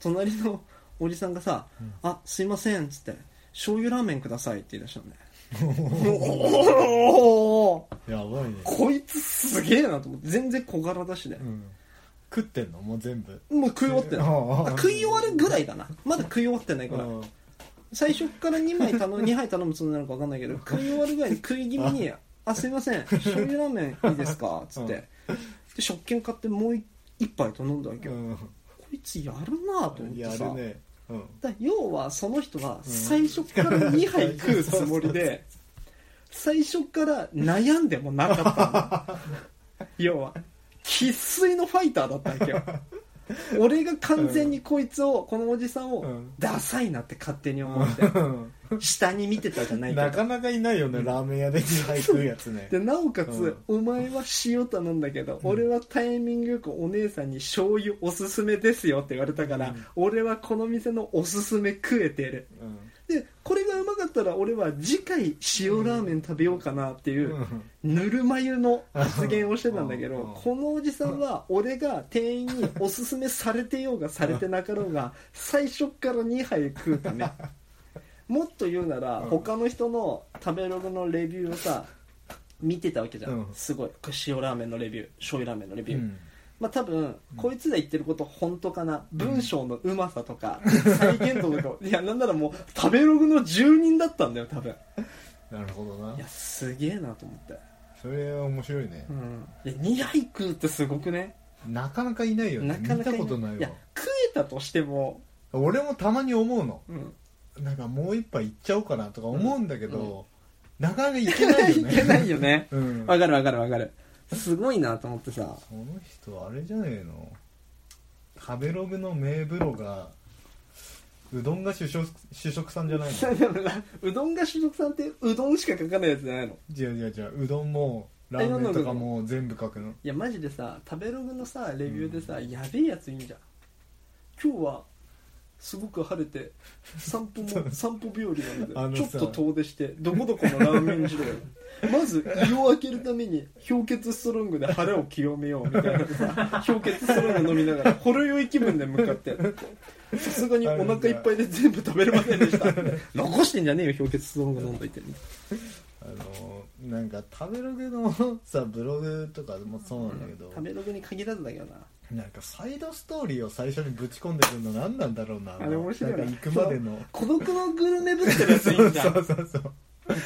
隣のおじさんがさ「あすいません」っつって「醤油ラーメンください」って言い出したのねおお
やばいね
こいつすげえなと思って全然小柄だしね
う、ん食ってんのもう全部
もう食い終わってない
ああ
あ食い終わるぐらいだなまだ食い終わってないからい
うん
最初から2枚頼む2杯 頼むつもりなのか分かんないけど食い終わるぐらいに食い気味に「あすいません醤油ラーメンいいですか」っつって、
うん
で食券買ってもう一杯頼んだわけよ、
うん
こいつやるなと思って
や
さ
るねうん
だから要はその人は最初から2杯食うつもりで最初から悩んでもなかったんだ要は生粋のファイターだった わけよ俺が完全にこいつをこのおじさん
う
を
ん
ダサいなって勝手に思って下に見てたじゃない
な
け
かなかいないよね、ラーメン屋で2杯食うやつね
どでなおかつ、お前は塩頼んだけど、俺はタイミングよくお姉さんに醤油おすすめですよって言われたから、
うん
俺はこの店のおすすめ食えてる
うん
でこれがうまかったら俺は次回塩ラーメン食べようかなっていう、
うん
ぬるま湯の発言をしてたんだけど、
うんうん
このおじさんは俺が店員におすすめされてようがされてなかろうが最初っから2杯食うた めもっと言うなら
うん
他の人の食べログのレビューをさ見てたわけじゃん、
うん
すごい塩ラーメンのレビュー醤油ラーメンのレビュー、
うん
まあ、多分こいつら言ってること本当かな、文章のうまさとか再現度 とかいやなんならもう食べログの住人だったんだよ多分
なるほどない
やすげえなと思って、
それは面白いね
う、ん、いや2杯食うってすごくね
なかなかいないよね
なかなか
見たことない
い
わ
や食えたとしても、
俺もたまに思うの
うん、
なんかもう一杯いっちゃおうかなとか思うんだけど、
うんう
なかなかい
い
けないよね
けないよね
うん、
わかるわかるわかるすごいなと思ってさ
この人あれじゃねえの食べログの名ブロがうどんが主食主食さんじゃないの
うどんが主食さんってうどんしか書かないやつじゃないの
違う違う違ううどんもラーメンとかも全部書くの
いやマジでさ食べログのさレビューでさ、やべえやついいんじゃん今日はすごく晴れて散 歩も散歩日和な
あ
の
の
でちょ
さ
っと遠出してどこどこのラーメン二郎まず胃を開けるために氷結ストロングで腹を清めようみたいなさ氷結ストロング飲みながらほろ酔い気分で向かってさすがにお腹いっぱいで全部食べれませんでした残してんじゃねえよ氷結ストロング飲んどいて
あのなんか食べログのさブログとかもそうなんだけど、
食べログに限らずだけどな
なんかサイドストーリーを最初にぶち込んでくるの何なんだろうな
あれ面白いな
なんか行くまでの
孤独のグルメぶってるやついいんだ
そうそう そう
と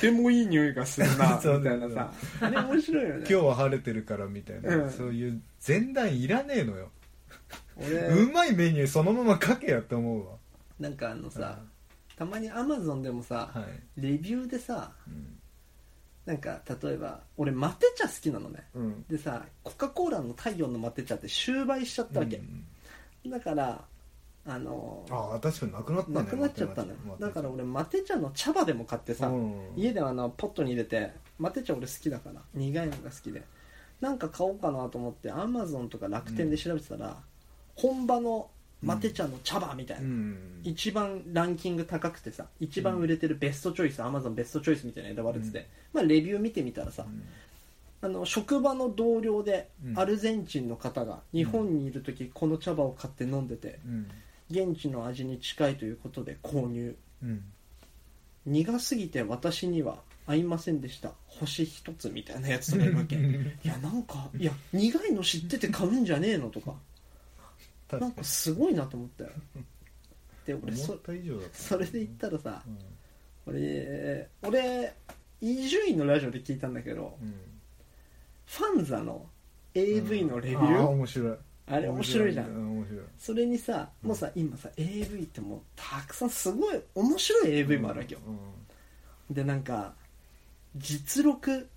てもいい匂いがするなみた
そう
いなさあれ面白いよね
今日は晴れてるからみたいな、
うん
そういう前段いらねえのよ、
俺
うまいメニューそのまま書けやって思うわ
なんかあのさ
うん
たまにアマゾンでもさ、
はい、
レビューでさ
うん
なんか例えば俺マテ茶好きなのね
うん
でさコカ・コーラの太陽のマテ茶って終売しちゃったわけ
う、ん
だからあの
ああ確かになくなったね
なくなっちゃったのよだから俺マテ茶の茶葉でも買ってさ、
うん
家であのポットに入れてマテ茶俺好きだから苦いのが好きでなんか買おうかなと思ってアマゾンとか楽天で調べてたら、本場のマテ茶の茶葉みたいな、
うん
一番ランキング高くてさ一番売れてるベストチョイス、アマゾンベストチョイスみたいなの選ばれてて、
うん
まあ、レビュー見てみたらさ、
うん
あの職場の同僚で
うん
アルゼンチンの方が日本にいる時この茶葉を買って飲んでて
うん
現地の味に近いということで購入
うん
苦すぎて私には合いませんでした星一つみたいなやつとかいる わけいやなんかいや苦いの知ってて買うんじゃねえのとか
確
なん
か
かすごいなと思ったよで俺
に思
そ
った以上だった
それで言ったらさ
うん
俺俺伊集院のラジオで聞いたんだけど
うん
ファンザの AV のレビュー
あ、あ面白い
あれ面白いじゃん
う面白い
それにさもうさ、今さ AV ってもうたくさんすごい面白い AV もあるわけよ、
うん
でなんか実録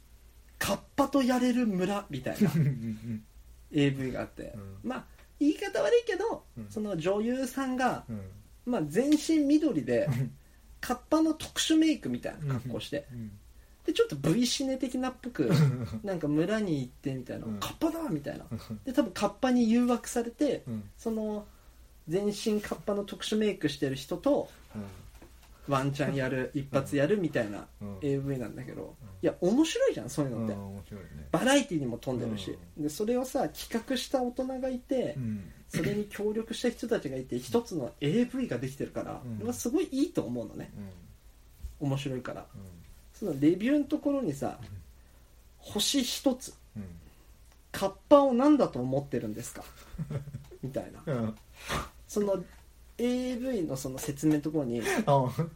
カッパとやれる村みたいな
うん
AV があって、
うん
まあ言い方悪いけど、
うん
その女優さんが、
うんうん
まあ、全身緑で
ん
カッパの特殊メイクみたいな格好して、
うん
でちょっと V シネ的なっぽくなんか村に行ってみたいな、
うん
カッパだみたいなで多分カッパに誘惑されて、
うん
その全身カッパの特殊メイクしてる人とワンチャンやる一発やるみたいな
うん
AV なんだけど
うん
いや面白いじゃんそういう
う
のっ
ん
て
面白いね
バラエティにも飛んでるしでそれをさ企画した大人がいて
うん
それに協力した人たちがいて一つの AV ができてるから
うん
俺はすごいいいと思うのね
うん
面白いから
うん
そのレビューのところにさ「星一つ
うん
カッパを何だと思ってるん ですか?」みたいな
うん
その AV のその説明のところに
あ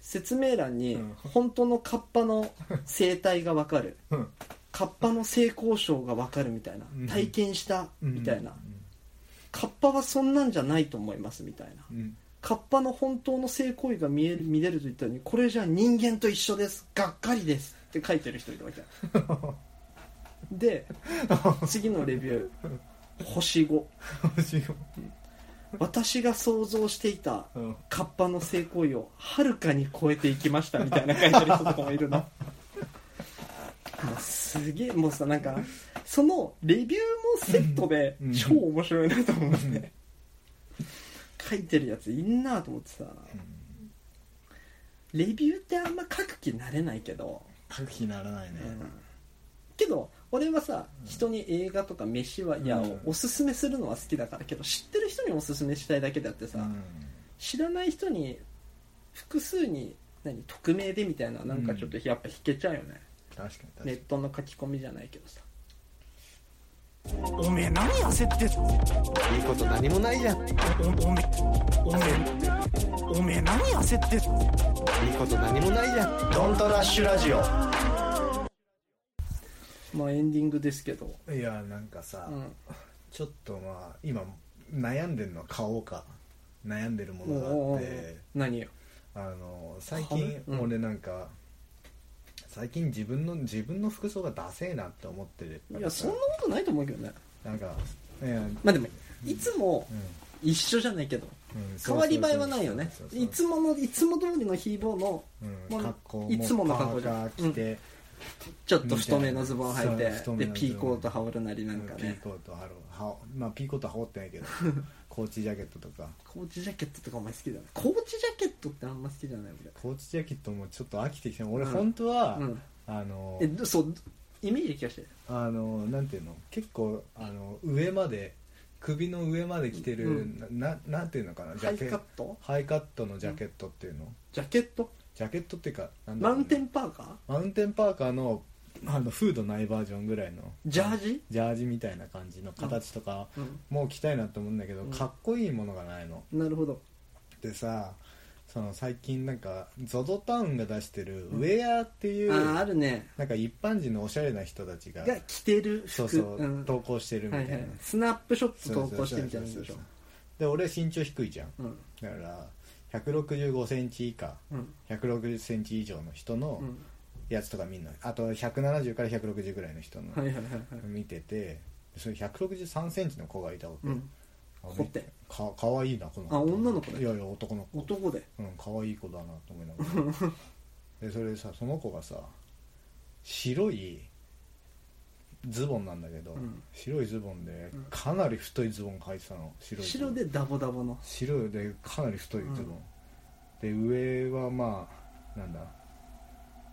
説明欄に
うん
本当のカッパの生態がわかる
うん
カッパの性交渉がわかるみたいな
うん
体験した
うん
みたいなカッパはそんなんじゃないと思いますみたいな
うん
カッパの本当の性行為が見える見れると言ったのにこれじゃ人間と一緒ですがっかりですって書いてる人いるわけで次のレビュー星5
面白い
私が想像していた
うん
カッパの性行為をはるかに超えていきましたみたいな書いてる人とかもい るのもうすげえもうさなんかそのレビューもセットで
うん
超面白いなと思って書いてるやついんなと思ってさレビューってあんま書く気なれないけど、
書く気にならないね
けど俺はさ人に映画とか飯は、いや
うん
おすすめするのは好きだからけど知ってる人におすすめしたいだけであってさ、
う
知らない人に複数に何匿名でみたいななんかちょっとやっぱ引けちゃうよね、
ん確かに確か
ネッ
に
トの書き込みじゃないけどさ
おめえ何焦ってん
いいこと何もないじゃんいい
おおめおめおめえ何焦ってん
こと何もないじゃん
ドントラッシュラジオ
まあエンディングですけど、
いやなんかさ、
うん、
ちょっとまあ今悩んでるの買おうか悩んでるものが
おうおうお
あっ
う
て
何よ
あの最
買
近
ううん
俺なんか、最近自分の自分の服装がダセえなって思ってるから
いや
さ
そんなことないと思うけどね
なんか、ねうん
まあでもいつも一緒じゃないけど
うん
変わり映えはないよね
そうそうそう
いつものいつも通りのヒーボーの
う
も
ん
う
格好も
いつもの格好じ
パ
ゃん
ーカー着て、
ちょっと太めのズボン履いて
そう太めのズボ
で
ン
ピーコート羽織るなり
う
なんんか
ピー
ね
コートはろはまあピーコートは羽織ってないけどコーチジャケットとか
コーチジャケットとかお前好きだねコーチジャケットってあんま好きじゃない
コーチジャケットもちょっと飽きてきて俺
うん
本当は、
俺うん
あの
えどそうイメージ聞かして
あのなんていうの結構あの上まで首の上まで着てる、
うん
なななんていうのかなジ
ハ
ャ
イ
ケ
カット
ハイカットのジャケットっていうの、
ジャケット
ジャケットっていうかなんだ
マ
ろう
ウ
ね
ンテンパーカー
マウンテンパーカーのあのフードないバージョンぐらいの
ジャージ
ジャージみたいな感じの形とか、
うん
もう着たいなと思うんだけど、
うん
かっこいいものがないの
なるほど
でさその最近なんか ZOZO タウンが出してるウェアっていう、
あーあるね
なんか一般人のおしゃれな人たちが
が着てる服
そうそう、
ん
投稿してるみ
は
たい
い
な、
はい、スナップショッ
そ
ト投
うそう
稿
そ
して
うそう
みたいなんでしょ
で俺身長低いじゃん
うん
だから165センチ以下
うん
160センチ以上の人の
うん
やつとか見んのあと170から160ぐらいの人の
はいはいはいはい
見ててそれ163センチの子がいたわけ、
うん
あ
凝って
かかわいいなこの子
あ女の子ね
いやいや男の子
男で
うん可愛い子だなと思いなが らでそれでさその子がさ白いズボンなんだけど、
うん
白いズボンで
うん
かなり太いズボン履いてたの白いズボ
白
ン
でダボダボの
白でかなり太いズボン、で上はまあなんだ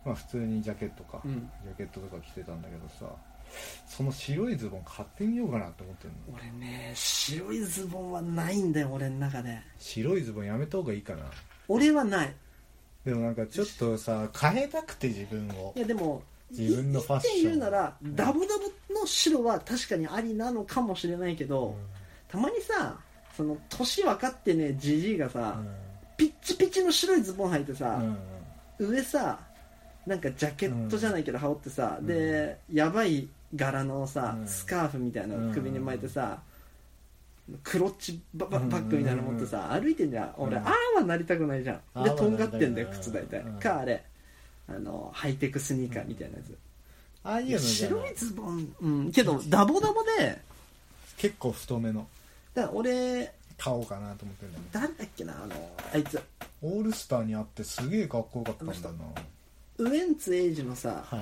まあ普通にジャケットか、
うん
ジャケットとか着てたんだけどさその白いズボン買ってみようかなって思ってるの
俺ね白いズボンはないんだよ俺の中で
白いズボンやめた方がいいかな
俺はない
でもなんかちょっとさ変えたくて自分を
いやでも
自分のファッション
い一点言うなら、
うん
ダボダボの白は確かにありなのかもしれないけど、たまにさその年分かってねじじいがさ、ピッチピチの白いズボン履いて
うん
さ、
うん
上さなんかジャケットじゃないけど羽織ってさ、
うん
でやばい柄のさ、
うん
スカーフみたいなのを首に巻いてさ、クロッチバババッグみたいなの持ってさ、歩いてんじゃん俺、
うん
ああはなりたくないじゃんで
ああはなりた
とん
くない
がってんだよ靴大体、
うん
かあれあのハイテクスニーカーみたいなやつ、
ああいうのじゃな
白
い
いズボン、うん、けどダボダボで
結構太めの
だから俺
買おうかなと思ってるんだけど
誰だっけなあのあいつ
オールスターにあってすげえかっこよかったんだよな
ウエンツエイジのさ
は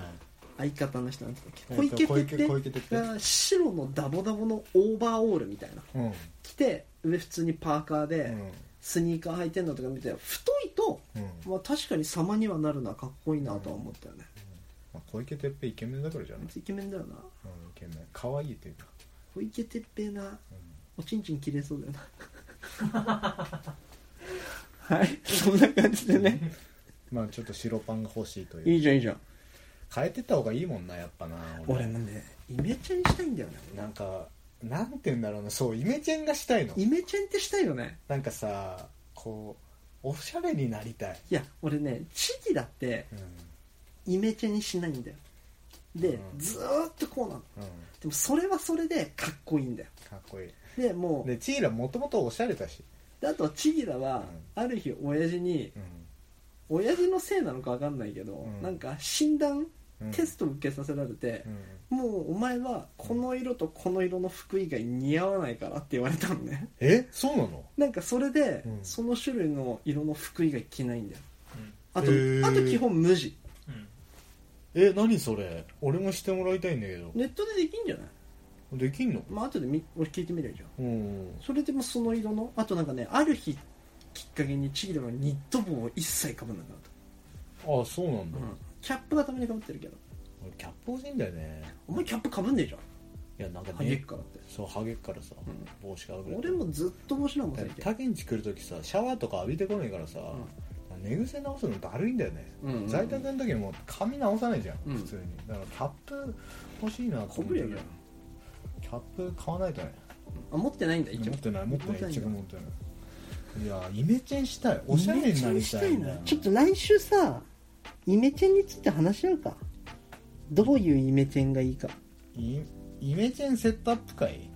い
相方の人なんだっけ
えっと
小池徹
小池徹
平
平
が白のダボダボのオーバーオールみたいな
うん
着て上普通にパーカー
う
で
ん
スニーカー履いてんのとか見て太いと、
うん
まあ、確かに様にはなるなかっこいいなとは思ったよね、
まあ、小池徹平イケメンだからじゃない、
イケメンだよな
うん、イケメン可愛いというか、
小池徹平な
う
おちんちん切れそうだよなはいそんな感じでね
ん、まあちょっと白パンが欲しいと
い
い
いうじゃんいいじゃん
変えてった方がいいもんなやっぱな
俺なんでイメチェンしたいんだよね
なんかなんて言うんだろうなそうイメチェンがしたいの
イメチェンってしたいよね
なんかさこうおしゃれになりたい、
いや俺ねチギだって
うん
イメチェンしないんだよで、
うん
ずーっとこうなの
うん、
でもそれはそれでかっこいいんだよ
かっこいい
でもう
でチーラもともとおしゃれだし、
であとチギラは、ある日親父に
うん
親父のせいなのか分かんないけど、
うん
なんか診断
うん、
テスト受けさせられて、もうお前はこの色とこの色の服以外似合わないからって言われたのね
えそうなの
なんかそれで、
うん
その種類の色の服以外着ないんだよあと
へー
あと基本無地
え何それ俺もしてもらいたいんだけど
ネットでできんじゃない
できんの
まあ後でみ俺聞いてみればいいじゃん
うん
それでもその色のあとなんかねある日きっかけにチギラはニット帽を一切かぶんなくなっ
あそうなん
た、
だ、
キャップがたまにかぶってるけど
俺キャップ欲しいんだよね
お前キャップかぶんねえじゃん
いやなんか
ハゲっからって
そうハゲっからさ、
うん
帽子かぶれて
俺もずっと面白いもん最
だ
近
他県地来るときさシャワーとか浴びてこないからさ、寝癖直すのだるいんだよね、
うんうんうん
在宅の時も髪直さないじゃん、
うん
普通にだからキャップ欲しいなと
こ
思っ
ぶ
て
りゃいいじゃん
キャップ買わないとね
あ持ってないんだ一
持
応
ってない持ってない一着
持
持ってないいやイメチェンしたいおしゃれになりたいんだよ
ちょっと来週さイメチェンについて話し合うかどういうイメチェンがいいか
イイメチェンセットアップ会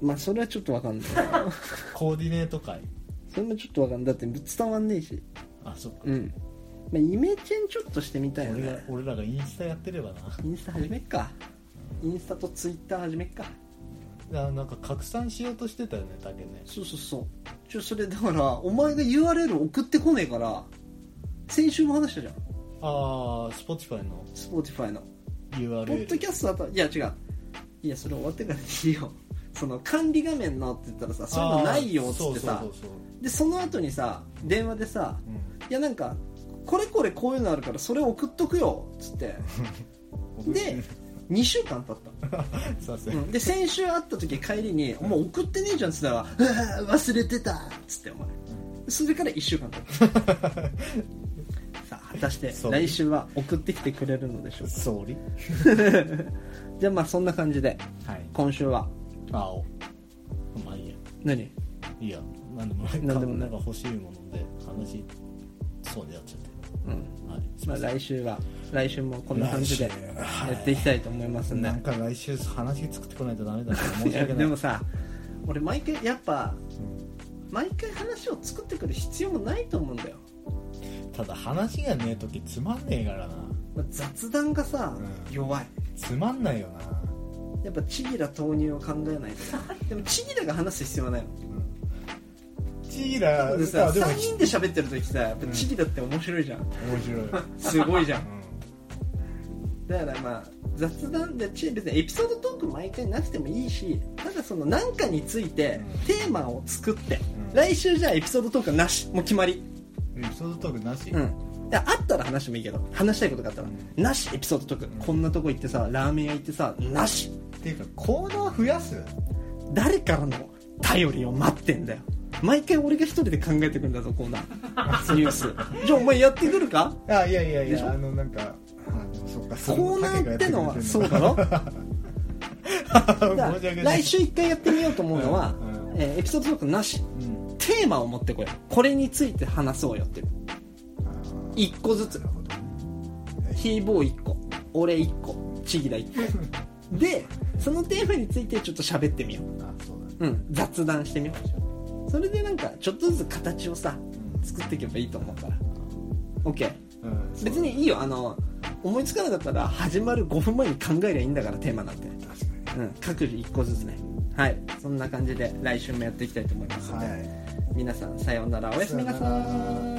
まあそれはちょっとわかんない
コーディネート会
それもちょっとわかんないだって伝わんねえし
あそっか、
うん、まあ、イメチェンちょっとしてみたいよ
俺が
ね
俺らがインスタやってればな
インスタ始めっかインスタとツイッター始めっか
あなんか拡散しようとしてたよねだけね
そうそうそうちょそれだからお前が URL 送ってこねえから先週も話したじゃん
ああ Spotify の
Spotify のポ
URL
ッドキャストだといや違ういやそれ終わってからでいいよその管理画面のって言ったらさそういうのないよっつってさ
そうそうそうそう、
でその後にさ電話でさ「
う
いやなんかこれこれこういうのあるからそれ送っとくよ」っつって
ん、
で2週間経った、
さす
う
が
んで先週会った時帰りに「お前送ってねえじゃん」っつったら「ああ忘れてた」っつってお前それから1週間経った さあ果たして
そう
来週は送ってきてくれるのでしょうか
総理
じゃあまあそんな感じで
はい
今週は
青まあいいや
何
いいやなんでもない
なんでもない
か欲しいもので話そうでやっちゃっ
うん
てはいすい
まあ
せん
来週は来週もこんな感じで
来週
やっていきたいと思いますんで
なんか来週話作ってこないとダメだな申
い
し
や
訳ない
でもさ俺毎回やっぱ毎回話を作ってくる必要もないと思うんだよ、
ただ話がねえ時つまんねえからな
まあ雑談がさ、
うん
弱い
つまんないよな、
やっぱチギラ投入を考えないとでもチギラが話す必要はないの
チーラ
でさ
あでも
3人で喋ってる時さやっぱチギラって面白いじゃん、
面白い、うん、
すごいじゃんだからまあ雑談でち別にエピソードトーク毎回なくてもいいしただその何かについて
うん
テーマを作って、
うん
来週じゃあエピソードトークはなしもう決まり
エピソードトークなし、
うんいやあったら話してもいいけど話したいことがあったら、
う
なしエピソードトーク、こんなとこ行ってさラーメン屋行ってさなし
っていうかコーナー増やす
誰からの頼りを待ってんだよ毎回俺が一人で考えてくんだぞコーナーニュースじゃあお前やってくるか
あいやいやい
でしょ
やあのなんかあでもそうかそう
コーナーってのはそうだろ
申し
だか
訳
ら
な
来
い
週一回やってみようと思うのは、
うんう
えーエピソードトークなし
うん
テーマを持ってこようこれについて話そうよっていう
あー
一個ずつ
なるほどね
ヒーボー1個俺1個チギラ1個でそのテーマについてちょっと喋ってみよ
あそうだね
う、うん、雑談してみようそれでなんかちょっとずつ形をさ作っていけばいいと思うから OK
うんそう
別にいいよあの思いつかなかったら始まる5分前に考えりゃいいんだからテーマなんて、
確
う
か
ん、各自1個ずつねはいそんな感じで来週もやっていきたいと思いますので、
にはい
皆さんさようならおやすみなさ
さような
ーい